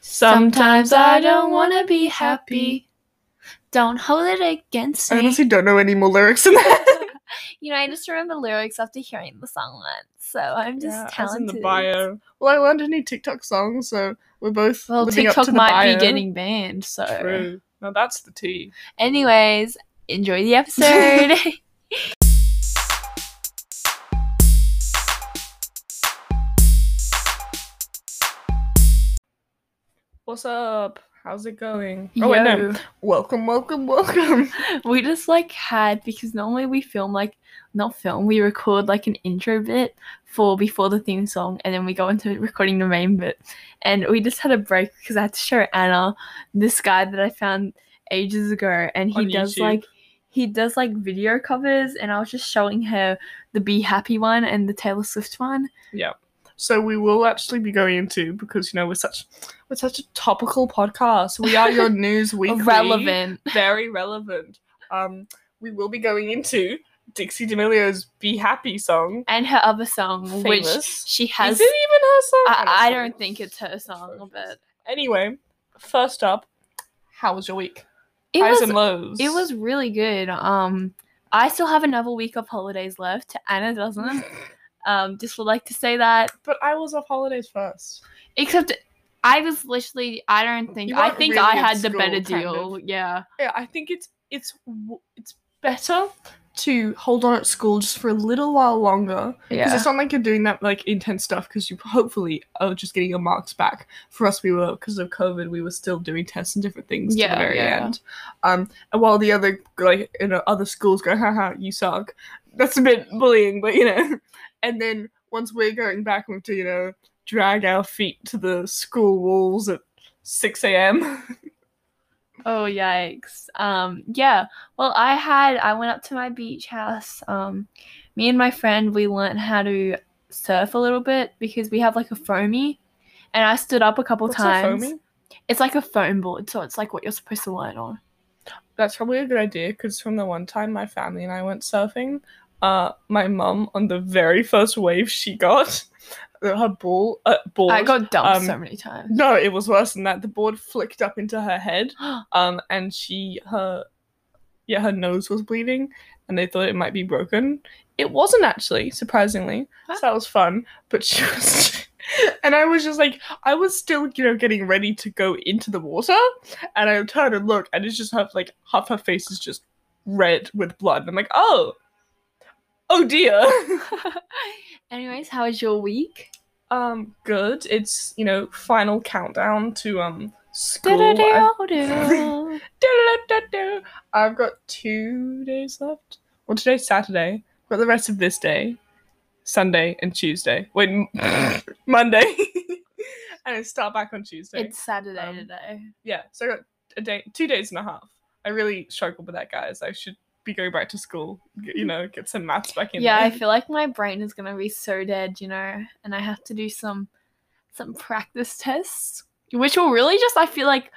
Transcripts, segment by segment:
Sometimes I don't want to be happy. Don't hold it against I me. honestly don't know any more lyrics than that. you know, I just remember lyrics after hearing the song once, so I'm just Yeah, as talented. in the bio. Well, I learned a new TikTok song, so we're both Well, living up TikTok to the might bio. be getting banned, so. True. Now that's the tea. Anyways, enjoy the episode. What's up? How's it going? Oh wait, no. Welcome, welcome, welcome. Yo, We just like had because normally we film like not film, we record like an intro bit for before the theme song and then we go into recording the main bit. And we just had a break because I had to show Anna this guy that I found ages ago and he On does YouTube. like he does like video covers and I was just showing her the Be Happy one and the Taylor Swift one. So we will actually be going into because you know we're such we're such a topical podcast. We are your news weekly, Relevant. very relevant. Um, we will be going into Dixie D'Amelio's "Be Happy" song. and her other song, which Famous. she has. Is it even her song? Oh, I, don't I know. don't think it's her song, but Anyway, first up, how was your week? it Highs was and lows. it was really good. Um, I still have another week of holidays left. Anna doesn't. Um, just would like to say that. But I was off holidays first. Except I was literally. I don't think. You I weren't think really I in had the school, better kind deal. Yeah. Yeah, I think it's it's w- it's better to hold on at school just for a little while longer because Yeah. it's not like you're doing that like intense stuff because you hopefully are just getting your marks back. For us, we were because of COVID, we were still doing tests and different things to Yeah, the very yeah. end. Um, and while the other like you know other schools go, haha, you suck. That's a bit bullying, but you know. And then once we're going back, we have to you know drag our feet to the school walls at six a.m. Oh yikes. Um yeah. Well I had I went up to my beach house. Um me and my friend we learnt how to surf a little bit because we have like a foamy and I stood up a couple What's so times. foamy? It's like a foam board, so it's like what you're supposed to learn on. That's probably a good idea because from the one time my family and I went surfing, uh, my mum on the very first wave she got, her ball, uh, board. I got dumped um, so many times. no, it was worse than that. The board flicked up into her head, um, and she her, yeah, her nose was bleeding, and they thought it might be broken. It wasn't actually, surprisingly. Huh? So that was fun, but she was. And I was just like, I was still, you know, getting ready to go into the water, and I turned and look, and it's just her, like half her face is just red with blood. And I'm like, oh, oh dear. Anyways, how was your week? Um, good. It's you know final countdown to um school. I've- Do-do-do-do. Do-do-do-do. I've got two days left. Well, today's Saturday. I've got the rest of this day, Sunday and Tuesday. Wait, m- Monday, and I start back on Tuesday. It's Saturday Um, today. yeah, so I got a day, two days and a half. I really struggled with that, guys. I should be going back to school. g- You know, get some maths back in. Yeah, I there. feel like my brain is gonna be so dead, you know, and I have to do some some practice tests, which will really just I feel like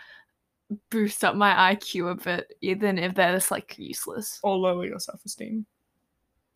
boost up my IQ a bit, even if they're just like useless. or lower your self-esteem.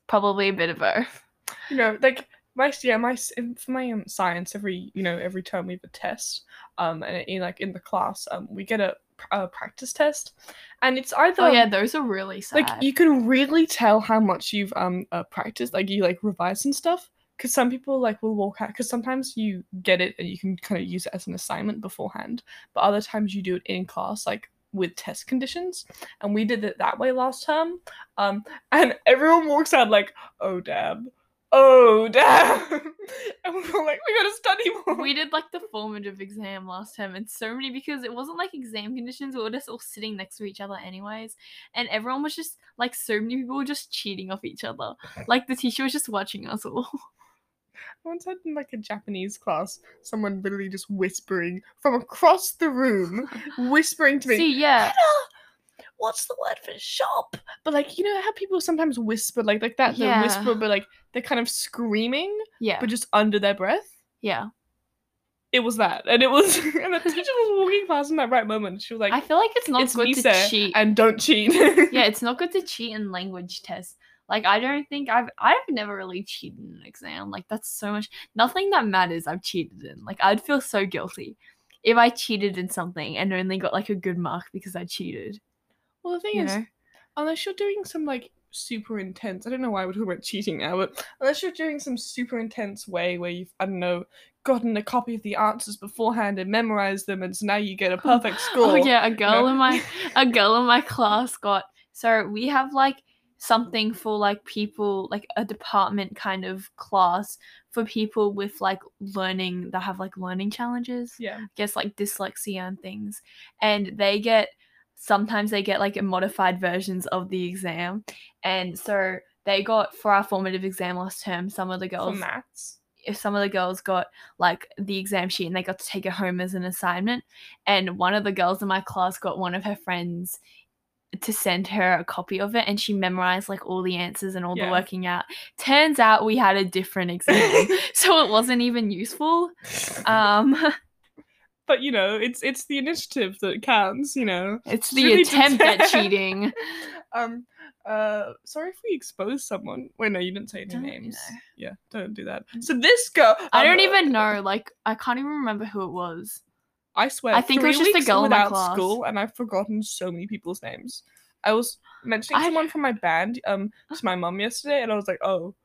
Probably a bit of both. you know, like my yeah, my s- in- for my um, science every you know every term we have a test, um, and in like in the class, um, we get a, pr- a practice test, and it's either Oh yeah, those are really sad. like you can really tell how much you've um uh, practiced, like you like revise and stuff. Because some people like will walk out. Because sometimes you get it and you can kind of use it as an assignment beforehand, but other times you do it in class, like with test conditions. And we did it that way last term. Um, and everyone walks out like, "Oh damn, oh damn," and we we're like, "We gotta study more." we did like the formative exam last time and so many because it wasn't like exam conditions, we were just all sitting next to each other anyways. And everyone was just like so many people were just cheating off each other. Like the teacher was just watching us all. I once had in like a Japanese class, someone literally just whispering from across the room, whispering to me. See, yeah. Hannah, what's the word for shop? But like, you know how people sometimes whisper like like that, they Yeah. whisper, but like they're kind of screaming, Yeah. but just under their breath. yeah. It was that, and it was, and the teacher was walking past in that right moment. and She was like, I feel like it's not "It's good Lisa, to cheat. and don't cheat." yeah, it's not good to cheat in language tests. Like I don't think I've I've never really cheated in an exam. Like that's so much nothing that matters I've cheated in. Like I'd feel so guilty. if I cheated in something and only got like a good mark because I cheated. Well, the thing You is, know? unless you're doing some like super intense, I don't know why we're talking about cheating now, but unless you're doing some super intense way where you've, I don't know, gotten a copy of the answers beforehand and memorized them, and so now you get a perfect score. Oh yeah, a girl know? in my a girl in my class got so we have like something for like people like a department kind of class for people with like learning that have like learning challenges Yeah. guess like dyslexia and things and they get sometimes they get like modified versions of the exam and so they got for our formative exam last term some of the For girls maths. if some of the girls got like the exam sheet and they got to take it home as an assignment and one of the girls in my class got one of her friends to send her a copy of it and she memorized like all the answers and all Yeah. the working out turns out we had a different exam so it wasn't even useful um but you know, it's it's the initiative that counts. You know. it's the Really attempt at detest- cheating um uh sorry if we expose someone wait no you didn't say any Don't, you names know. Mm. yeah don't do that so this girl i um, don't even know like i can't even remember who it was i swear I think it was three just the weeks girl in my without class. school and i've forgotten so many people's names i was mentioning I- someone from my band um to my mum yesterday and i was like oh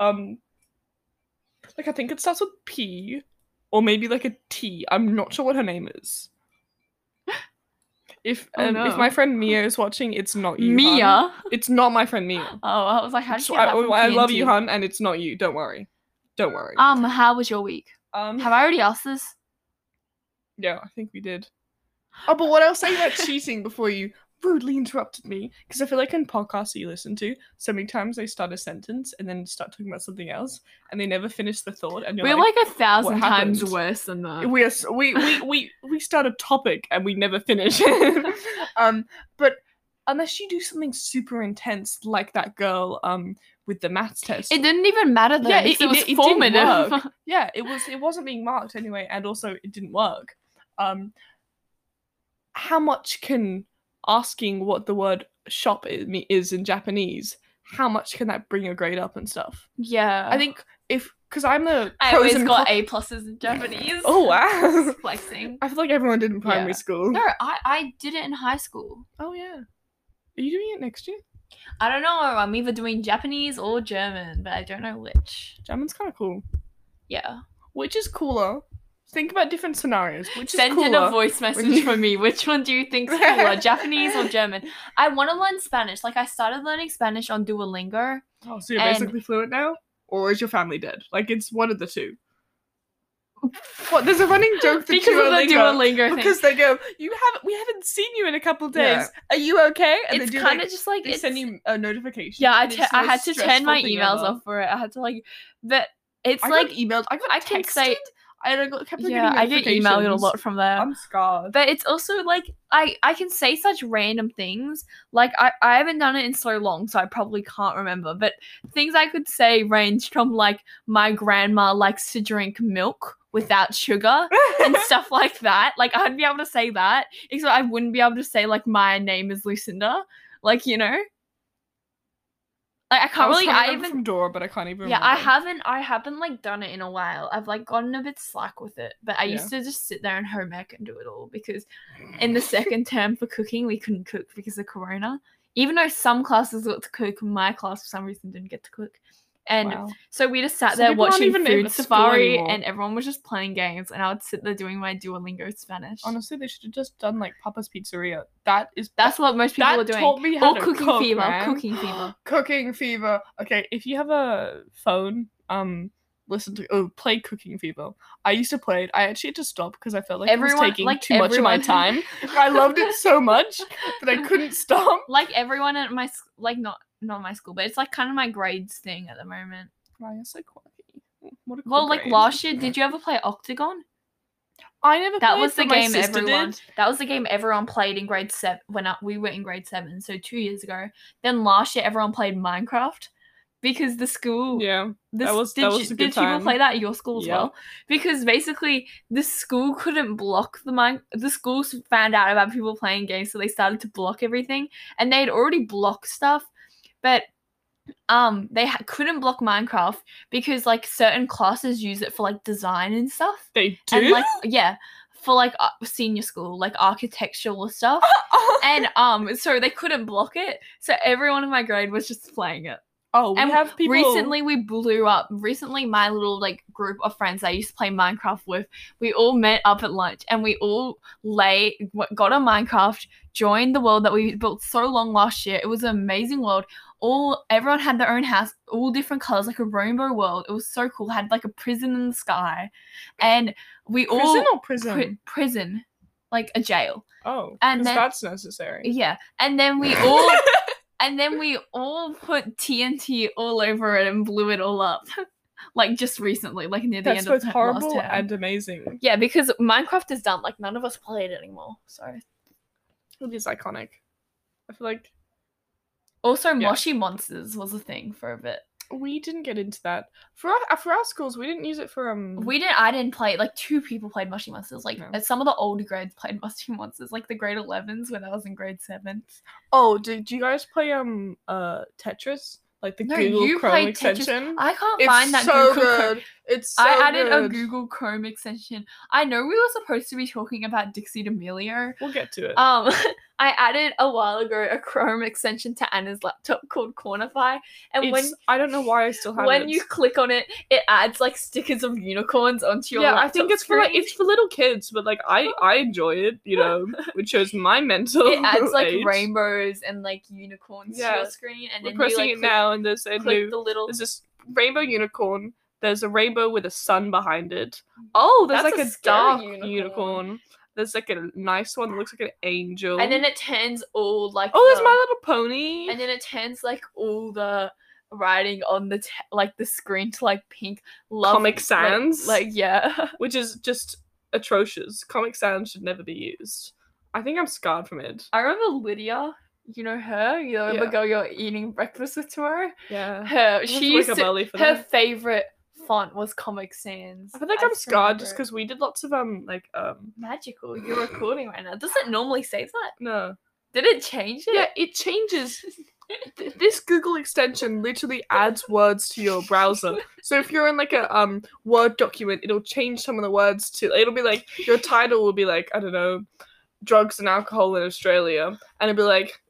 um like i think it starts with p or maybe like a t i'm not sure what her name is if Oh, um, if no. my friend Mia is watching, it's not you. hun. mia It's not my friend Mia. oh i was like how did So you get I, that from I love you, TNT? hun, and it's not you. Don't worry. Don't worry. um how was your week Um, have i already asked this yeah, I think we did. Oh, but what I was saying about cheating before you rudely interrupted me, because I feel like in podcasts that you listen to, so many times they start a sentence and then start talking about something else, and they never finish the thought. And you're We're like, a thousand times happened? worse than that. we are s- we we we we start a topic and we never finish. um, but unless you do something super intense like that girl um with the maths test, It didn't even matter though. Yeah, because it- it, it was di- it didn't formative. yeah it was it wasn't being marked anyway and also it didn't work um how much can asking what the word shop i- me- is in japanese how much can that bring your grade up and stuff yeah, i think if because i'm the I pros always and got con- A pluses in Japanese. oh wow Um, flexing. i feel like everyone did in primary Yeah. school No, I I did it in high school. oh yeah are you doing it next year I don't know. I'm either doing Japanese or German, but I don't know which. german's kind of cool Yeah. which is cooler think about different scenarios which is Send in cooler a voice message for me. Which one do you think's cooler, Japanese or German? I want to learn Spanish. Like I started learning Spanish on Duolingo. oh so you're and- basically fluent now or is your family dead like it's one of the two What? There's a running joke that because of the Duolingo thing. Oh, because they go, you haven't, we haven't seen you in a couple days. Yeah. Are you okay? it's they do, kind of like, just like they send it's- you a notification. Yeah, I and it's tu- I the had to turn stressful my thing emails ever. off for it. I had to like, but it's I like, got emailed. I got I texted. can say- and I got, kept on yeah, I getting get emailed a notifications. lot from there. I'm scarred. but it's also like I I can say such random things. Like I I haven't done it in so long, so I probably can't remember. But things I could say ranged from like my grandma likes to drink milk without sugar and stuff like that. Like I'd be able to say that, except I wouldn't be able to say like my name is Lucinda. Like you know. Like I can't was really. trying to I remember even from Dora, but I can't even. yeah i remember. haven't i haven't like done it in a while i've like gotten a bit slack with it but i Yeah. used to just sit there and home ec and do it all because in the second term for cooking we couldn't cook because of corona even though some classes got to cook my class for some reason didn't get to cook and Wow. so we just sat So there people aren't watching even able food to school safari anymore. and everyone was just playing games and i would sit there doing my duolingo spanish Honestly, they should have just done like Papa's Pizzeria. That is that's what most people that were doing taught me how or to cooking cook, fever man. cooking fever cooking fever okay if you have a phone um listen to oh play cooking fever i used to play it i actually had to stop because i felt like it was taking too much of my time everyone- i loved it so much that i couldn't stop like everyone at my s- like not not my school, but it's like kind of my grades thing at the moment. Why are you so quirky? What a cool Well, like grade. last year, did you ever play Octagon? i never That played, was the but my game sister everyone. did. That was the game everyone played in grade seven when I, we were in grade seven, so two years ago. Then last year, everyone played Minecraft because the school. yeah This, that was- did that you- was a good did people play time. that at your school as Yeah. well? Because basically, the school couldn't block the mine. The schools found out about people playing games, so they started to block everything, and they had already blocked stuff, but um, they ha- couldn't block Minecraft because like certain classes use it for like design and stuff. they do And like yeah, for like uh, senior school, like architectural stuff. and um, so they couldn't block it. So everyone in my grade was just playing it. oh, we and have people Recently, we blew up. Recently, my little like group of friends that I used to play Minecraft with, we all met up at lunch and we all lay w- got on Minecraft, joined the world that we built so long last year. It was an amazing world. All everyone had their own house, all different colors, like a rainbow world. It was so cool. Had like a prison in the sky, and we prison all or prison. Oh, pri- prison, like a jail. oh, and and then- that's necessary. Yeah, and then we all and then we all put TNT all over it and blew it all up, like just recently, like near the That's end of both the last horrible term. and amazing. yeah, because Minecraft is done. Like none of us play it anymore. So It is iconic. I feel like also, Yeah. Moshi Monsters was a thing for a bit. we didn't get into that for our, uh, for our schools. We didn't use it for um. Mm. We didn't. I didn't play. Like two people played Moshi Monsters. Like No. uh, some of the older grades played Moshi Monsters. Like the grade 11s when I was in grade seven. oh, did, do you guys play um uh Tetris? Like the No, Google you Chrome played Tetris. extension. I can't it's find that so Google Chrome- good. It's so I added a good. Google Chrome extension. I know we were supposed to be talking about Dixie D'Amelio. We'll get to it. Um, I added a while ago a Chrome extension to Anna's laptop called Cornify, and it's, when I don't know why I still have when it. you click on it, it adds like stickers of unicorns onto your. yeah, I laptop think it's for like screen. it's for little kids, but like I I enjoy it, you know, which shows my mental. It adds like age. rainbows and like unicorns to Yeah. your screen, and We're then you pressing like it click, now, and there's a click new the little. there's this rainbow unicorn. There's a rainbow with a sun behind it. Oh, there's That's like a a, scary dark unicorn. unicorn. There's like a nice one that looks like an angel. And then it turns all like. oh, there's the- My Little Pony. and then it turns like all the writing on the t- like the screen to like pink love Comic like- Sans. like yeah which is just atrocious. Comic Sans should never be used. I think I'm scarred from it. I remember Lydia. You know her. You know the Yeah. girl you're eating breakfast with tomorrow. Yeah. Her. I'll have She to wake used up to- early for her that. favorite font was Comic Sans. I feel like I am just scarred just remember it. because we did lots of um like um magical. You're recording right now. Does it normally say that? no Did it change it? yeah it changes. Th- this Google extension literally adds words to your browser. So if you're in like a um Word document, it'll change some of the words to. It'll be like your title will be like I don't know, drugs and alcohol in Australia, and it'll be like.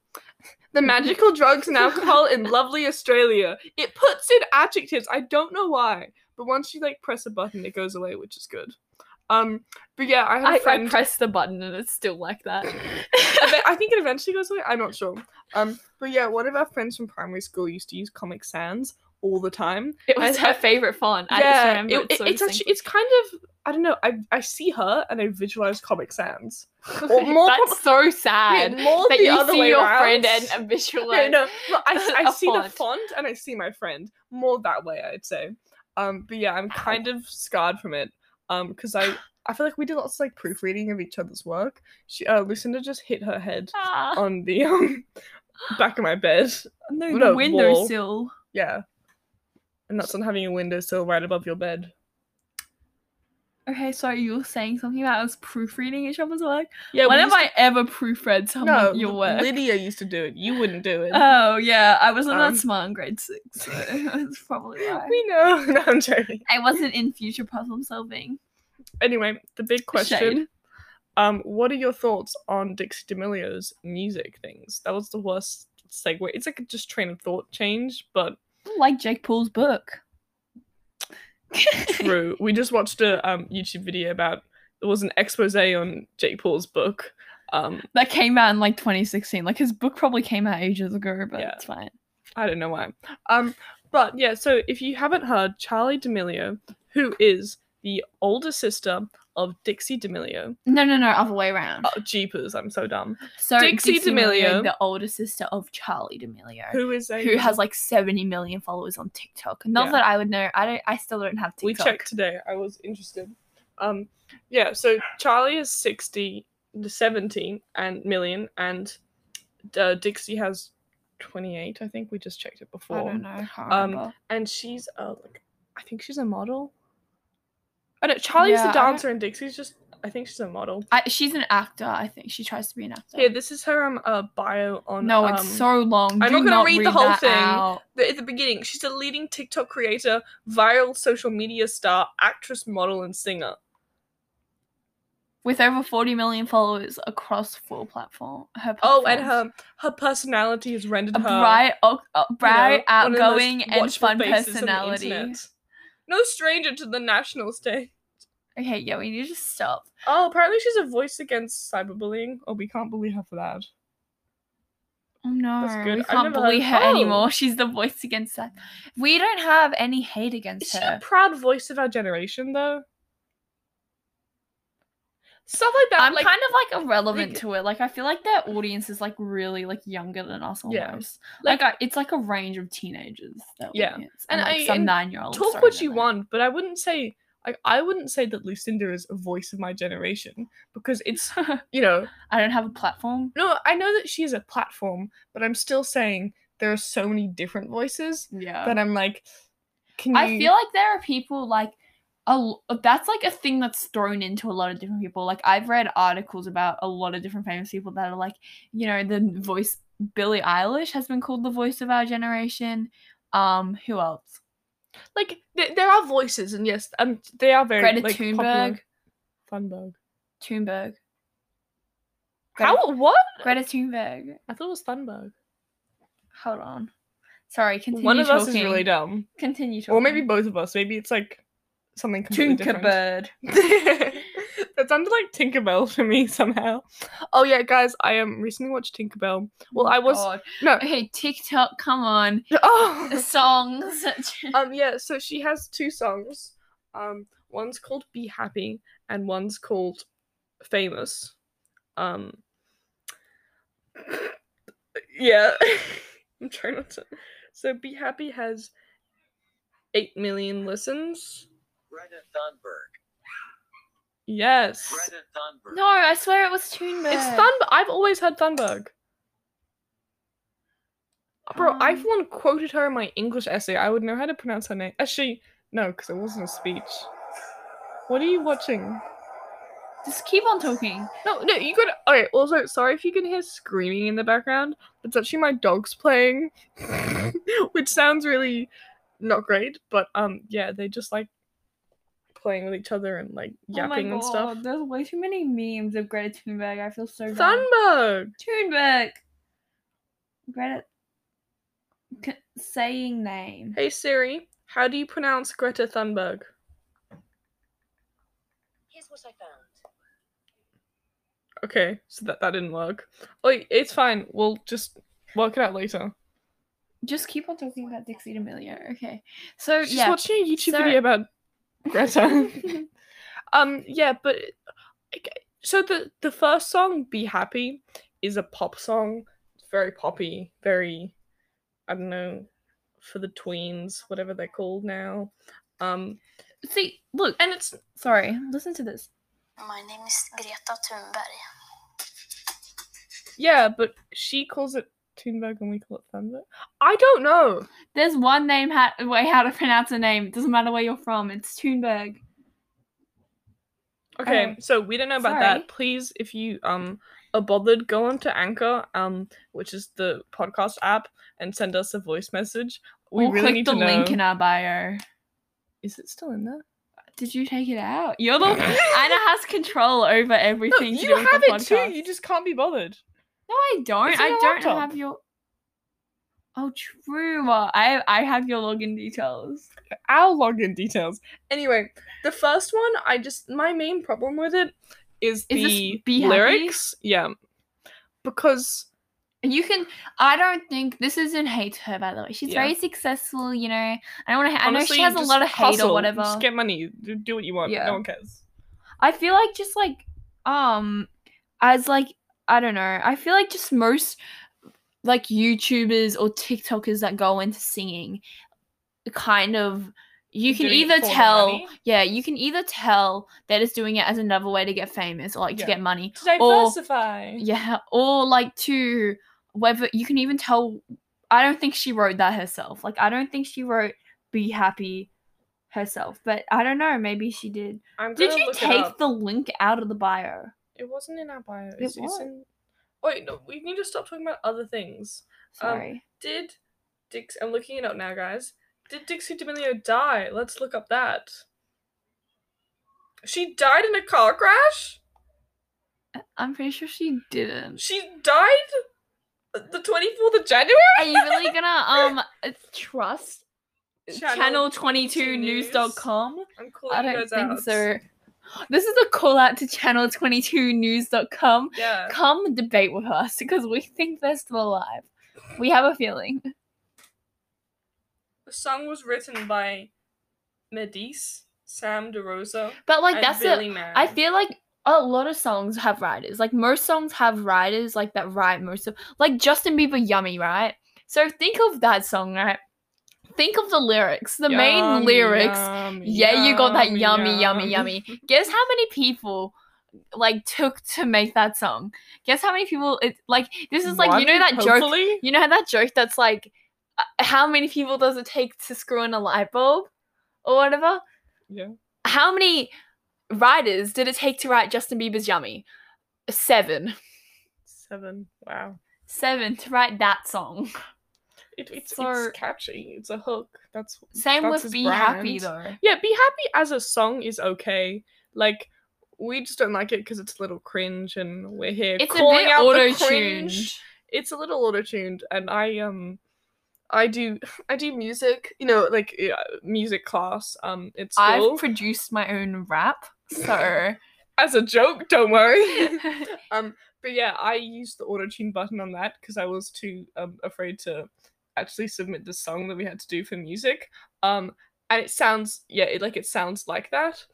The magical drugs and alcohol in lovely Australia. It puts in adjectives. I don't know why, but once you like press a button, it goes away, which is good. Um, but yeah, I had a I, I friend. pressed the button and it's still like that. I bet- I think it eventually goes away. I'm not sure. Um, but yeah, one of our friends from primary school used to use Comic Sans all the time. It was her favorite font. I just remember it- it, it- so it's actually distinctly. it's kind of I don't know. I I see her and I visualize Comic Sans. or more That's so sad. Wait, more that the you other see way your around. friend and a visual. No, no, no, I, I a see the font. font and I see my friend more that way. I'd say. Um, but yeah, I'm kind of scarred from it. Um, because I I feel like we did lots of like proofreading of each other's work. She uh, Lucinda just hit her head Ah, on the um back of my bed. No, on a wall. windowsill. Yeah. And that's on having a windowsill right above your bed. Okay, so you were saying something about us proofreading each other's work. Yeah, when have I ever proofread someone No, your L- work? Lydia used to do it. You wouldn't do it. Oh yeah, I wasn't Um, that smart in grade six, so that's probably why. we know. No, I'm joking. I wasn't in future problem solving. Anyway, the big question. Um, what are your thoughts on Dixie D'Amelio's music things? That was the worst segue. It's like a just train of thought change, but Like Jake Paul's book. true. we just watched a um, YouTube video about there was an expose on Jake Paul's book. Um, that came out in like 2016. Like his book probably came out ages ago, but Yeah. it's fine. I don't know why. Um, but yeah, so if you haven't heard, Charlie D'Amelio, who is the older sister of Dixie D'Amelio. No, no, no, other way around. Oh, jeepers, I'm so dumb. so Dixie D'Amelio- the older sister of Charlie D'Amelio, Who is a who has like 70 million followers on TikTok. Not Yeah. that I would know. I don't. I still don't have TikTok. we checked today. I was interested. Um, yeah, so Charlie is 60 to 70 and million, and uh, Dixie has 28. I think we just checked it before. I don't know. I can't Um, remember. and she's uh like I think she's a model. I don't Charlie's Yeah, I a don't- dancer and Dixie's just I think she's a model. I, she's an actor. I think she tries to be an actor. Here, this is her um uh, bio on no, it's um, so long. I'm Do not gonna read the that whole thing. out. the, at the beginning. She's a leading TikTok creator, viral social media star, actress, model, and singer. with over 40 million followers across four platform. Her Oh, and platforms. her her personality has rendered a her bright, o- uh, you know, bright, one of the most outgoing, and watchful fun faces on the personality. internet. No stranger to the national stage. Okay, yeah, we need to stop. Oh, apparently she's a voice against cyberbullying. Oh, we can't bully her for that. Oh no, good. we I've can't never heard- bully her Oh. anymore. She's the voice against that. We don't have any hate Is against she her. a proud voice of our generation, though? Stuff like that. I'm like, kind of like irrelevant like- to it. Like I feel like their audience is like really like younger than us almost. Yeah. Like, I, it's like a range of teenagers. That Yeah. and, And like, I- some and nine year olds. talk what you want, but I wouldn't say like I wouldn't say that Lucinda is a voice of my generation because it's you know I don't have a platform. no I know that she is a platform, but I'm still saying there are so many different voices Yeah. that I'm like, can you? I feel like there are people like a l- that's like a thing that's thrown into a lot of different people. Like I've read articles about a lot of different famous people that are like, you know, the voice Billie Eilish has been called the voice of our generation. Um, who else? like th- there are voices, and yes, um, they are very Greta like, Thunberg. popular. Thunberg. Thunberg. Greta- How? What? Greta Thunberg. I thought it was Thunberg. Hold on. Sorry, continue One of talking. us is really dumb, Continue talking. or maybe both of us. Maybe it's like something completely different. Tinkerbird. that sounded like Tinkerbell for me somehow. Oh yeah, guys, I um recently watched Tinkerbell. Well, I was God. no. Okay, TikTok, come on. Oh. Songs. um yeah, so she has two songs. Um one's called Be Happy and one's called Famous. Um Yeah. I'm trying not to. So Be Happy has 8 million listens. Greta Thunberg. Yes. Greta Thunberg. no, I swear it was Thunberg. It's Thunberg. I've always heard Thunberg. Bro, I Um, for one quoted her in my English essay. I would know how to pronounce her name. Actually, no, because it wasn't a speech. What are you watching? Just keep on talking. No, no, you could. Okay, also, sorry if you can hear screaming in the background. It's actually my dog's playing, which sounds really not great, but um, yeah, they just like playing with each other and like Oh yapping and stuff. There's way too many memes of Greta Thunberg. I feel so bad. Thunberg! Thunberg. Greta. C- saying name. Hey Siri, how do you pronounce Greta Thunberg? Here's what I found. Okay, so that that didn't work. Oh, it's fine. We'll just work it out later. Just keep on talking about Dixie D'Amelio. Okay. So She's yeah. watching a YouTube so- video about Greta. um, yeah, but okay, so the the first song, "Be Happy," is a pop song. It's very poppy, very I don't know for the tweens, whatever they're called now. Um, See, look. and it's Sorry. Listen to this. My name is Greta Thunberg. yeah, but she calls it Thunberg and we call it Thunder. I don't know. There's one name how way how to pronounce a name. It doesn't matter where you're from. It's Thunberg. Okay, Um, so we don't know about sorry. that. Please, if you um are bothered, go on to Anchor, um, which is the podcast app, and send us a voice message. We Or really click need the to know. link in our bio. is it still in there? Did you take it out? You're the Anna has control over No, everything. to you do with have the it too. podcast. You just can't be bothered. No, I don't. It's on I your don't laptop. have your. Oh, true. Well, I I have your login details. Our login details. Anyway, the first one, I just my main problem with it is, Is this the Be Happy? lyrics. Yeah, because And You can. I don't think this isn't hate to her. By the way, she's Yeah. very successful. You know, I don't want to. I know honestly, she has a just lot of hate hustle, or whatever. Just get money. do- Do what you want. Yeah. No one cares. I feel like just like um as like I don't know. I feel like just most like YouTubers or TikTokers that go into singing kind of you can Doing it either for the tell money? yeah, you can either tell that it's doing it as another way to get famous or like Yeah. to get money. To Or- diversify. Yeah, or like to whether you can even tell I don't think she wrote that herself. Like I don't think she wrote be happy herself, but I don't know, maybe she did. I'm Did gonna you look it take up. Um, the link out of the bio? It wasn't in our bio. It It's, was. It's in... Wait, no, we need to stop talking about other things. Sorry. Did Dix? I'm looking it up now, guys. Did Dixie D'Amelio die? Let's look up that. She died in a car crash. I'm pretty sure she didn't. She died the 24th of January? Are you really gonna um trust channel, 22 news? news.com? I'm calling I you don't guys think out. so. This is a call out to channel 22 news.com. Yeah. Come debate with us because we think they're still alive. We have a feeling. The song was written by Medice, Sam DeRosa, But like and that's it. Billy Mann. I feel like a lot of songs have writers. Like most songs have writers like that write most of like Justin Bieber Yummy, right? So think of that song, right? Think of the lyrics, the main Yum, lyrics. yum, yeah, you got that yum, yummy, yummy, yummy. Guess how many people like took to make that song? Guess how many people it like this is like you know One, that joke hopefully? you know that joke that's like uh, how many people does it take to screw in a light bulb or whatever? Yeah. how many writers did it take to write Justin Bieber's Yummy? Seven. Seven. Wow. Seven to write that song. It, it's, So- it's catchy. It's a hook. That's Same That's with his Be Happy brand. though. yeah. Be happy as a song is okay. Like we just don't like it because it's a little cringe, and we're here It's a calling bit out auto the tuned. cringe. It's a little auto tuned, and I um. I do, I do music, you know, like yeah, music class. Um, at school I've produced my own rap, so as a joke. Don't worry. Um, but yeah, I used the auto tune button on that because I was too um, afraid to actually submit the song that we had to do for music. Um, and it sounds yeah, it, like it sounds like that.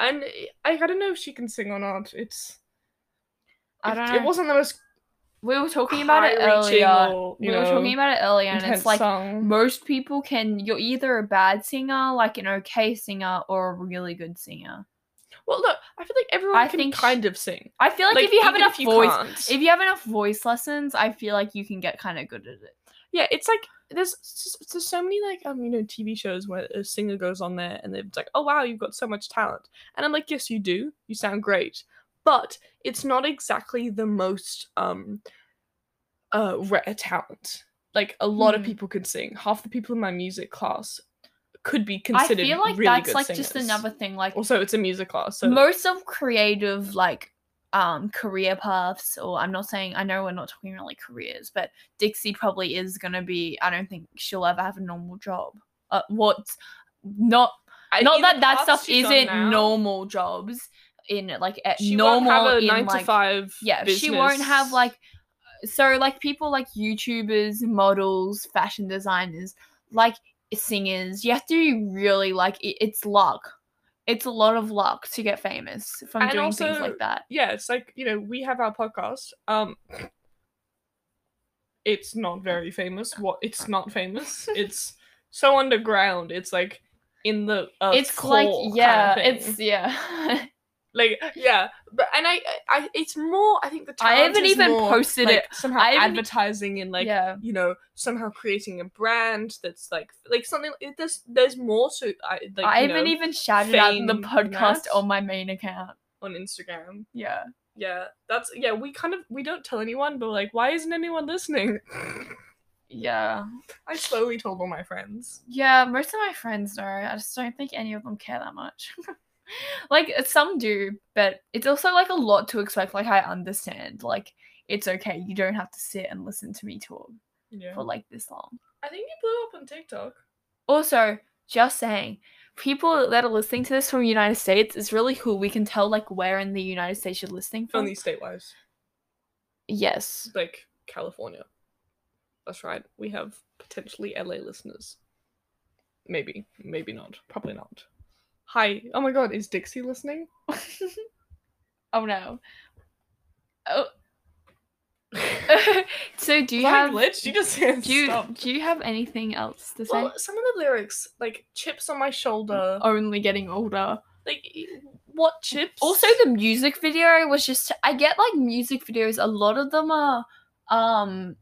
And I, I don't know if she can sing or not. It's I it, don't it know. wasn't the most we were talking about it high-reaching earlier. or, We you were talking know, about it earlier, and intense it's like song. most people can. You're either a bad singer, like an okay singer, or a really good singer. Well, look, I feel like everyone I can think sh- kind of sing. I feel like, if you have even enough if you voice, can't. if you have enough voice lessons, I feel like you can get kind of good at it. yeah, it's like there's s- s- there's so many like um you know TV shows where a singer goes on there and they're just like, oh wow, you've got so much talent, and I'm like, yes, you do, you sound great, but it's not exactly the most um uh rare talent. Like a lot of Hmm. people can sing. Half the people in my music class could be considered. I feel like really that's good like just singers. another thing. Like Also, it's a music class, so most of creative like um career paths, or I'm not saying I know we're not talking really careers, but Dixie probably is gonna be. I don't think she'll ever have a normal job. Uh, what? Not I- not in the that that class stuff Uh, she's on isn't now, normal jobs in like at She normal won't have a in, nine to like, five. yeah she won't have business. like so like people like youtubers models fashion designers like singers you have to really like it, it's luck it's a lot of luck to get famous from And doing things also- like that yeah, it's like you know we have our podcast. Um, it's not very famous. What? It's not famous. it's so underground. It's like in the uh, it's like core yeah kind of thing. it's yeah like yeah, but and I, I it's more. I think the I talent haven't is even more, posted like, it. Somehow I haven't- advertising and like yeah you know somehow creating a brand that's like like something. It, there's there's more to I like i you haven't know, even shouted out the fame podcast mass. on my main account on Instagram. yeah Yeah, that's yeah. We kind of we don't tell anyone, but like, why isn't anyone listening? yeah I slowly told all my friends. Yeah, most of my friends know. I just don't think any of them care that much. like some do, but it's also like a lot to expect. Like I understand. Like it's okay. You don't have to sit and listen to me talk Yeah. for like this long. I think you blew up on TikTok. Also, just saying, people that are listening to this from the United States is really cool. We can tell like where in the United States you're listening from. Only statewise, yes. like California. That's right. We have potentially LA listeners. Maybe, maybe not. Probably not. Hi. Oh my God, is Dixie listening? oh no. Oh. so do you Was I have glitched? You just do you, stopped. do you have anything else to say? Well, some of the lyrics, like chips on my shoulder, only getting older. like what chips? Also, the music video was just I get like music videos. A lot of them are um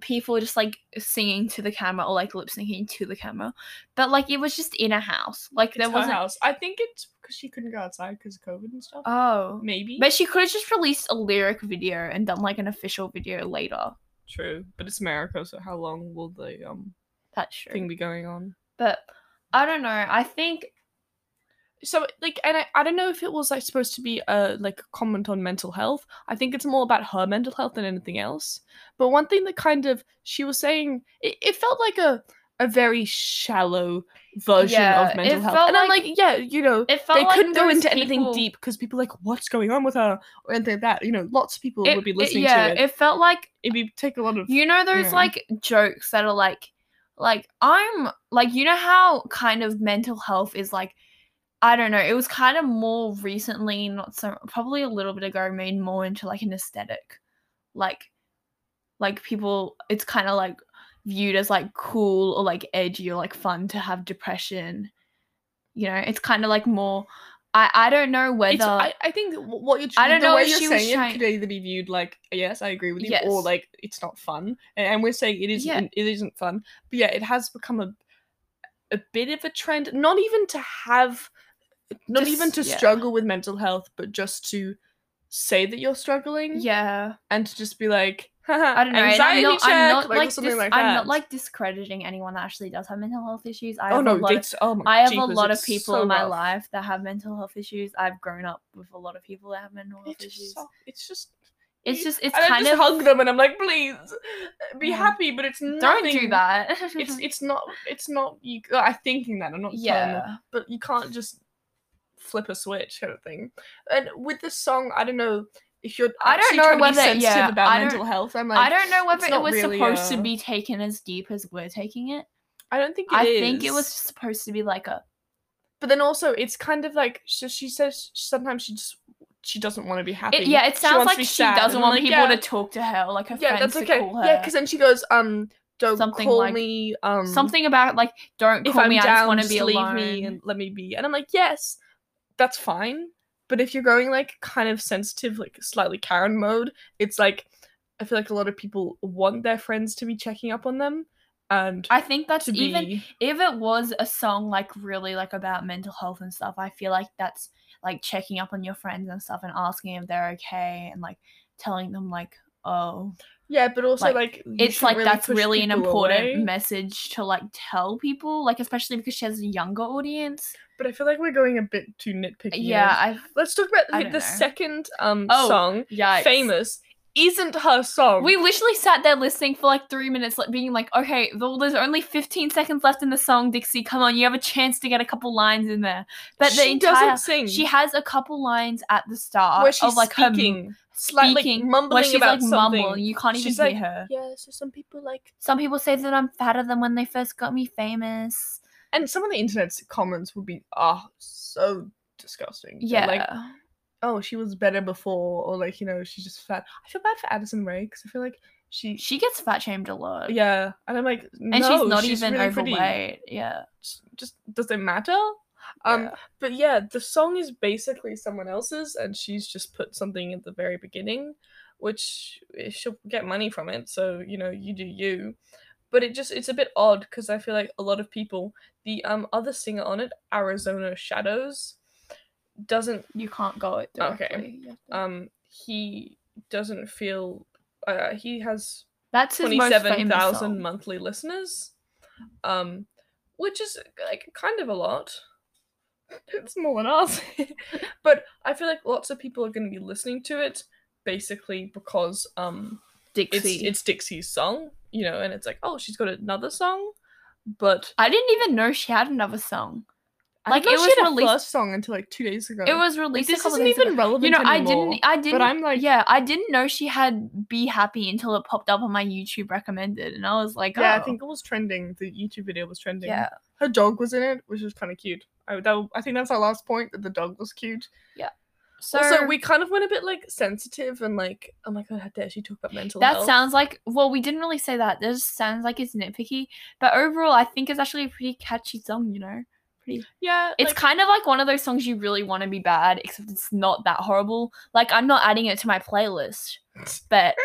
people just like singing to the camera or like lip syncing to the camera, but like it was just in a house. Like It's there her wasn't. house. I think it's because she couldn't go outside because of COVID and stuff. Oh, Maybe. but she could have just released a lyric video and done like an official video later. True, but it's America, so how long will the um That's true. thing be going on? But I don't know. I think so like and I, I don't know if it was like supposed to be a like a comment on mental health i think it's more about her mental health than anything else but one thing that kind of she was saying it, it felt like a a very shallow version Yeah, of mental it health felt and i'm like- like yeah you know It felt they like couldn't go those into anything people- deep because people are like what's going on with her or anything like that you know lots of people It- would be it- listening yeah, to it, it felt like it'd be take a lot of You know those Yeah. like jokes that are like like I'm like you know how kind of mental health is like I don't know, it was kind of more recently, not so probably a little bit ago, made more into like an aesthetic. Like like people it's kind of like viewed as like cool or like edgy or like fun to have depression. You know, it's kind of like more I I don't know whether It's- I, I think wh- what you're, I don't the know way if you're she was saying it trying- could either be viewed like yes, I agree with you, or Yes. like it's not fun. A- And we're saying it isn't. Yeah. It isn't fun. But yeah, it has become a a bit of a trend. Not even to have, not even Just- to yeah. struggle with mental health, but just to say that you're struggling. yeah. and to just be like, Haha, I don't know. and anxiety I'm not, check, I'm not like, like, or something dis- like that. I'm not like discrediting anyone that actually does have mental health issues. I oh have no, a lot of, it's, oh my I have a jeepers, lot of it's people so in my rough. life that have mental health issues. I've grown up with a lot of people that have mental health It issues. just suck- It's just it's you- just it's and I kind just of hug them and I'm like, please be Yeah. happy, but it's don't nothing. do that. It's it's not it's not you. I'm thinking that I'm not yeah, yeah, but you can't just flip a switch kind of thing. And with this song, I don't know if you're. I don't actually know trying to be whether- sensitive yeah, about I don't- mental health. I'm like, I don't know whether it's it not was really, supposed uh, to be taken as deep as we're taking it. I don't think. It I think it is. was supposed to be like a But then also, it's kind of like so. She says sometimes she just she doesn't want to be happy. it, yeah. It She wants sounds to like be she sad, and doesn't I'm want like, people yeah. to talk to her, like her Yeah, friends that's to okay. call her. Yeah, because then she goes, um, don't Something call like- me, um, something about like don't If call I'm me. down, I just want to just be leave alone. me and let me be. And I'm like, yes, that's fine. But if you're going like kind of sensitive, like slightly Karen mode, it's like I feel like a lot of people want their friends to be checking up on them, and I think that's to be even if it was a song like really like about mental health and stuff i feel like that's like checking up on your friends and stuff and asking if they're okay and like telling them like oh yeah, but also like, like, you it's shouldn't like that's push really an people important away. message to like tell people like especially because she has a younger audience But I feel like we're going a bit too nitpicky. here. yeah i've Let's talk about I the, don't the know. second um Oh, song, yeah famous. Isn't her song? we literally sat there listening for like three minutes, like being like, "Okay, well, there's only 15 seconds left in the song, Dixie. Come on, you have a chance to get a couple lines in there." But the she entire doesn't sing. She has a couple lines at the start where she's of like her speaking, slightly speaking, mumbling where she's about like something. mumbling. You can't even She's hear like- her. Yeah, so some people like, Some people say that I'm fatter than when they first got me famous. and some of the internet's comments would be, ah, so disgusting. They're Yeah, like oh, she was better before, or like you know, she's just fat. I feel bad for Addison Rae because I feel like she, she gets fat shamed a lot. yeah, and I'm like, and no, she's not even really pretty. overweight. Yeah, Just- Just does it matter? Um, Yeah. but yeah, the song is basically someone else's, and she's just put something at the very beginning, which eh, she'll get money from it. So you know, you do you. But it just it's a bit odd because I feel like a lot of people, the um other singer on it, Arizona Shadows, doesn't you can't go it. Okay. directly. You have to- um he doesn't feel uh, he has That's his most twenty-seven famous thousand song. monthly listeners, um, which is like kind of a lot. It's more than us, but I feel like lots of people are going to be listening to it basically because um it's Dixie. it's Dixie's song, you know, and it's like oh she's got another song, but I didn't even know she had another song. I Like, didn't know it she was had a released- first song until like two days ago. It was released. this a couple isn't days even ago. relevant You know, I anymore. didn't. I didn't. But I'm like, yeah, I didn't know she had "Be Happy" until it popped up on my YouTube recommended, and I was like, Yeah, I "Oh." think it was trending. The YouTube video was trending. Yeah. her dog was in it, which was kind of cute. I that, I think that's our last point that the dog was cute. So also, we kind of went a bit like sensitive and like, oh my god, how dare she talk about mental that health? sounds like well, we didn't really say that. That just sounds like it's nitpicky, but overall, I think it's actually a pretty catchy song. You know, pretty. yeah. It's like, kind of like one of those songs you really want to be bad, except it's not that horrible. Like I'm not adding it to my playlist, but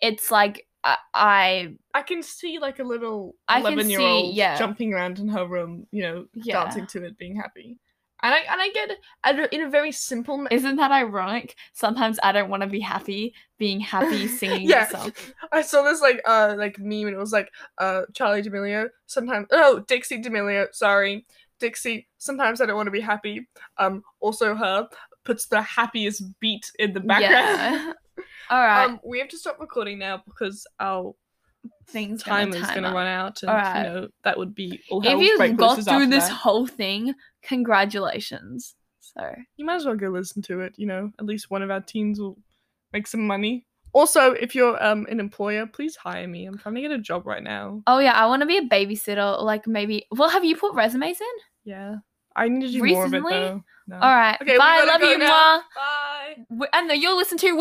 it's like I, I I can see like a little I can see- eleven year old yeah. jumping around in her room, you know, Yeah. dancing to it, being happy. And I and I get it at a- in a very simple. ma- isn't that ironic? Sometimes I don't want to be happy, being happy singing yeah, this song. I saw this like uh like meme and it was like uh Charlie D'Amelio. Sometimes oh Dixie D'Amelio, sorry, Dixie, sometimes I don't want to be happy. Um, also her puts the happiest beat in the background. Yeah. All right. Um, we have to stop recording now because our Things gonna time is time going to up. run out, and Alright. you know that would be all hell if you break got loose through after this that. whole thing, congratulations. So you might as well go listen to it. You know, at least one of our teens will make some money. Also, if you're um, an employer, please hire me. I'm trying to get a job right now. Oh yeah, I want to be a babysitter. or, Like maybe. Well, have you put resumes in? Yeah, I need to do more of it Recently? though. No. All right. Mm. Okay, we Bye. gotta Love go you, now. Ma. Bye. W- And you'll listen to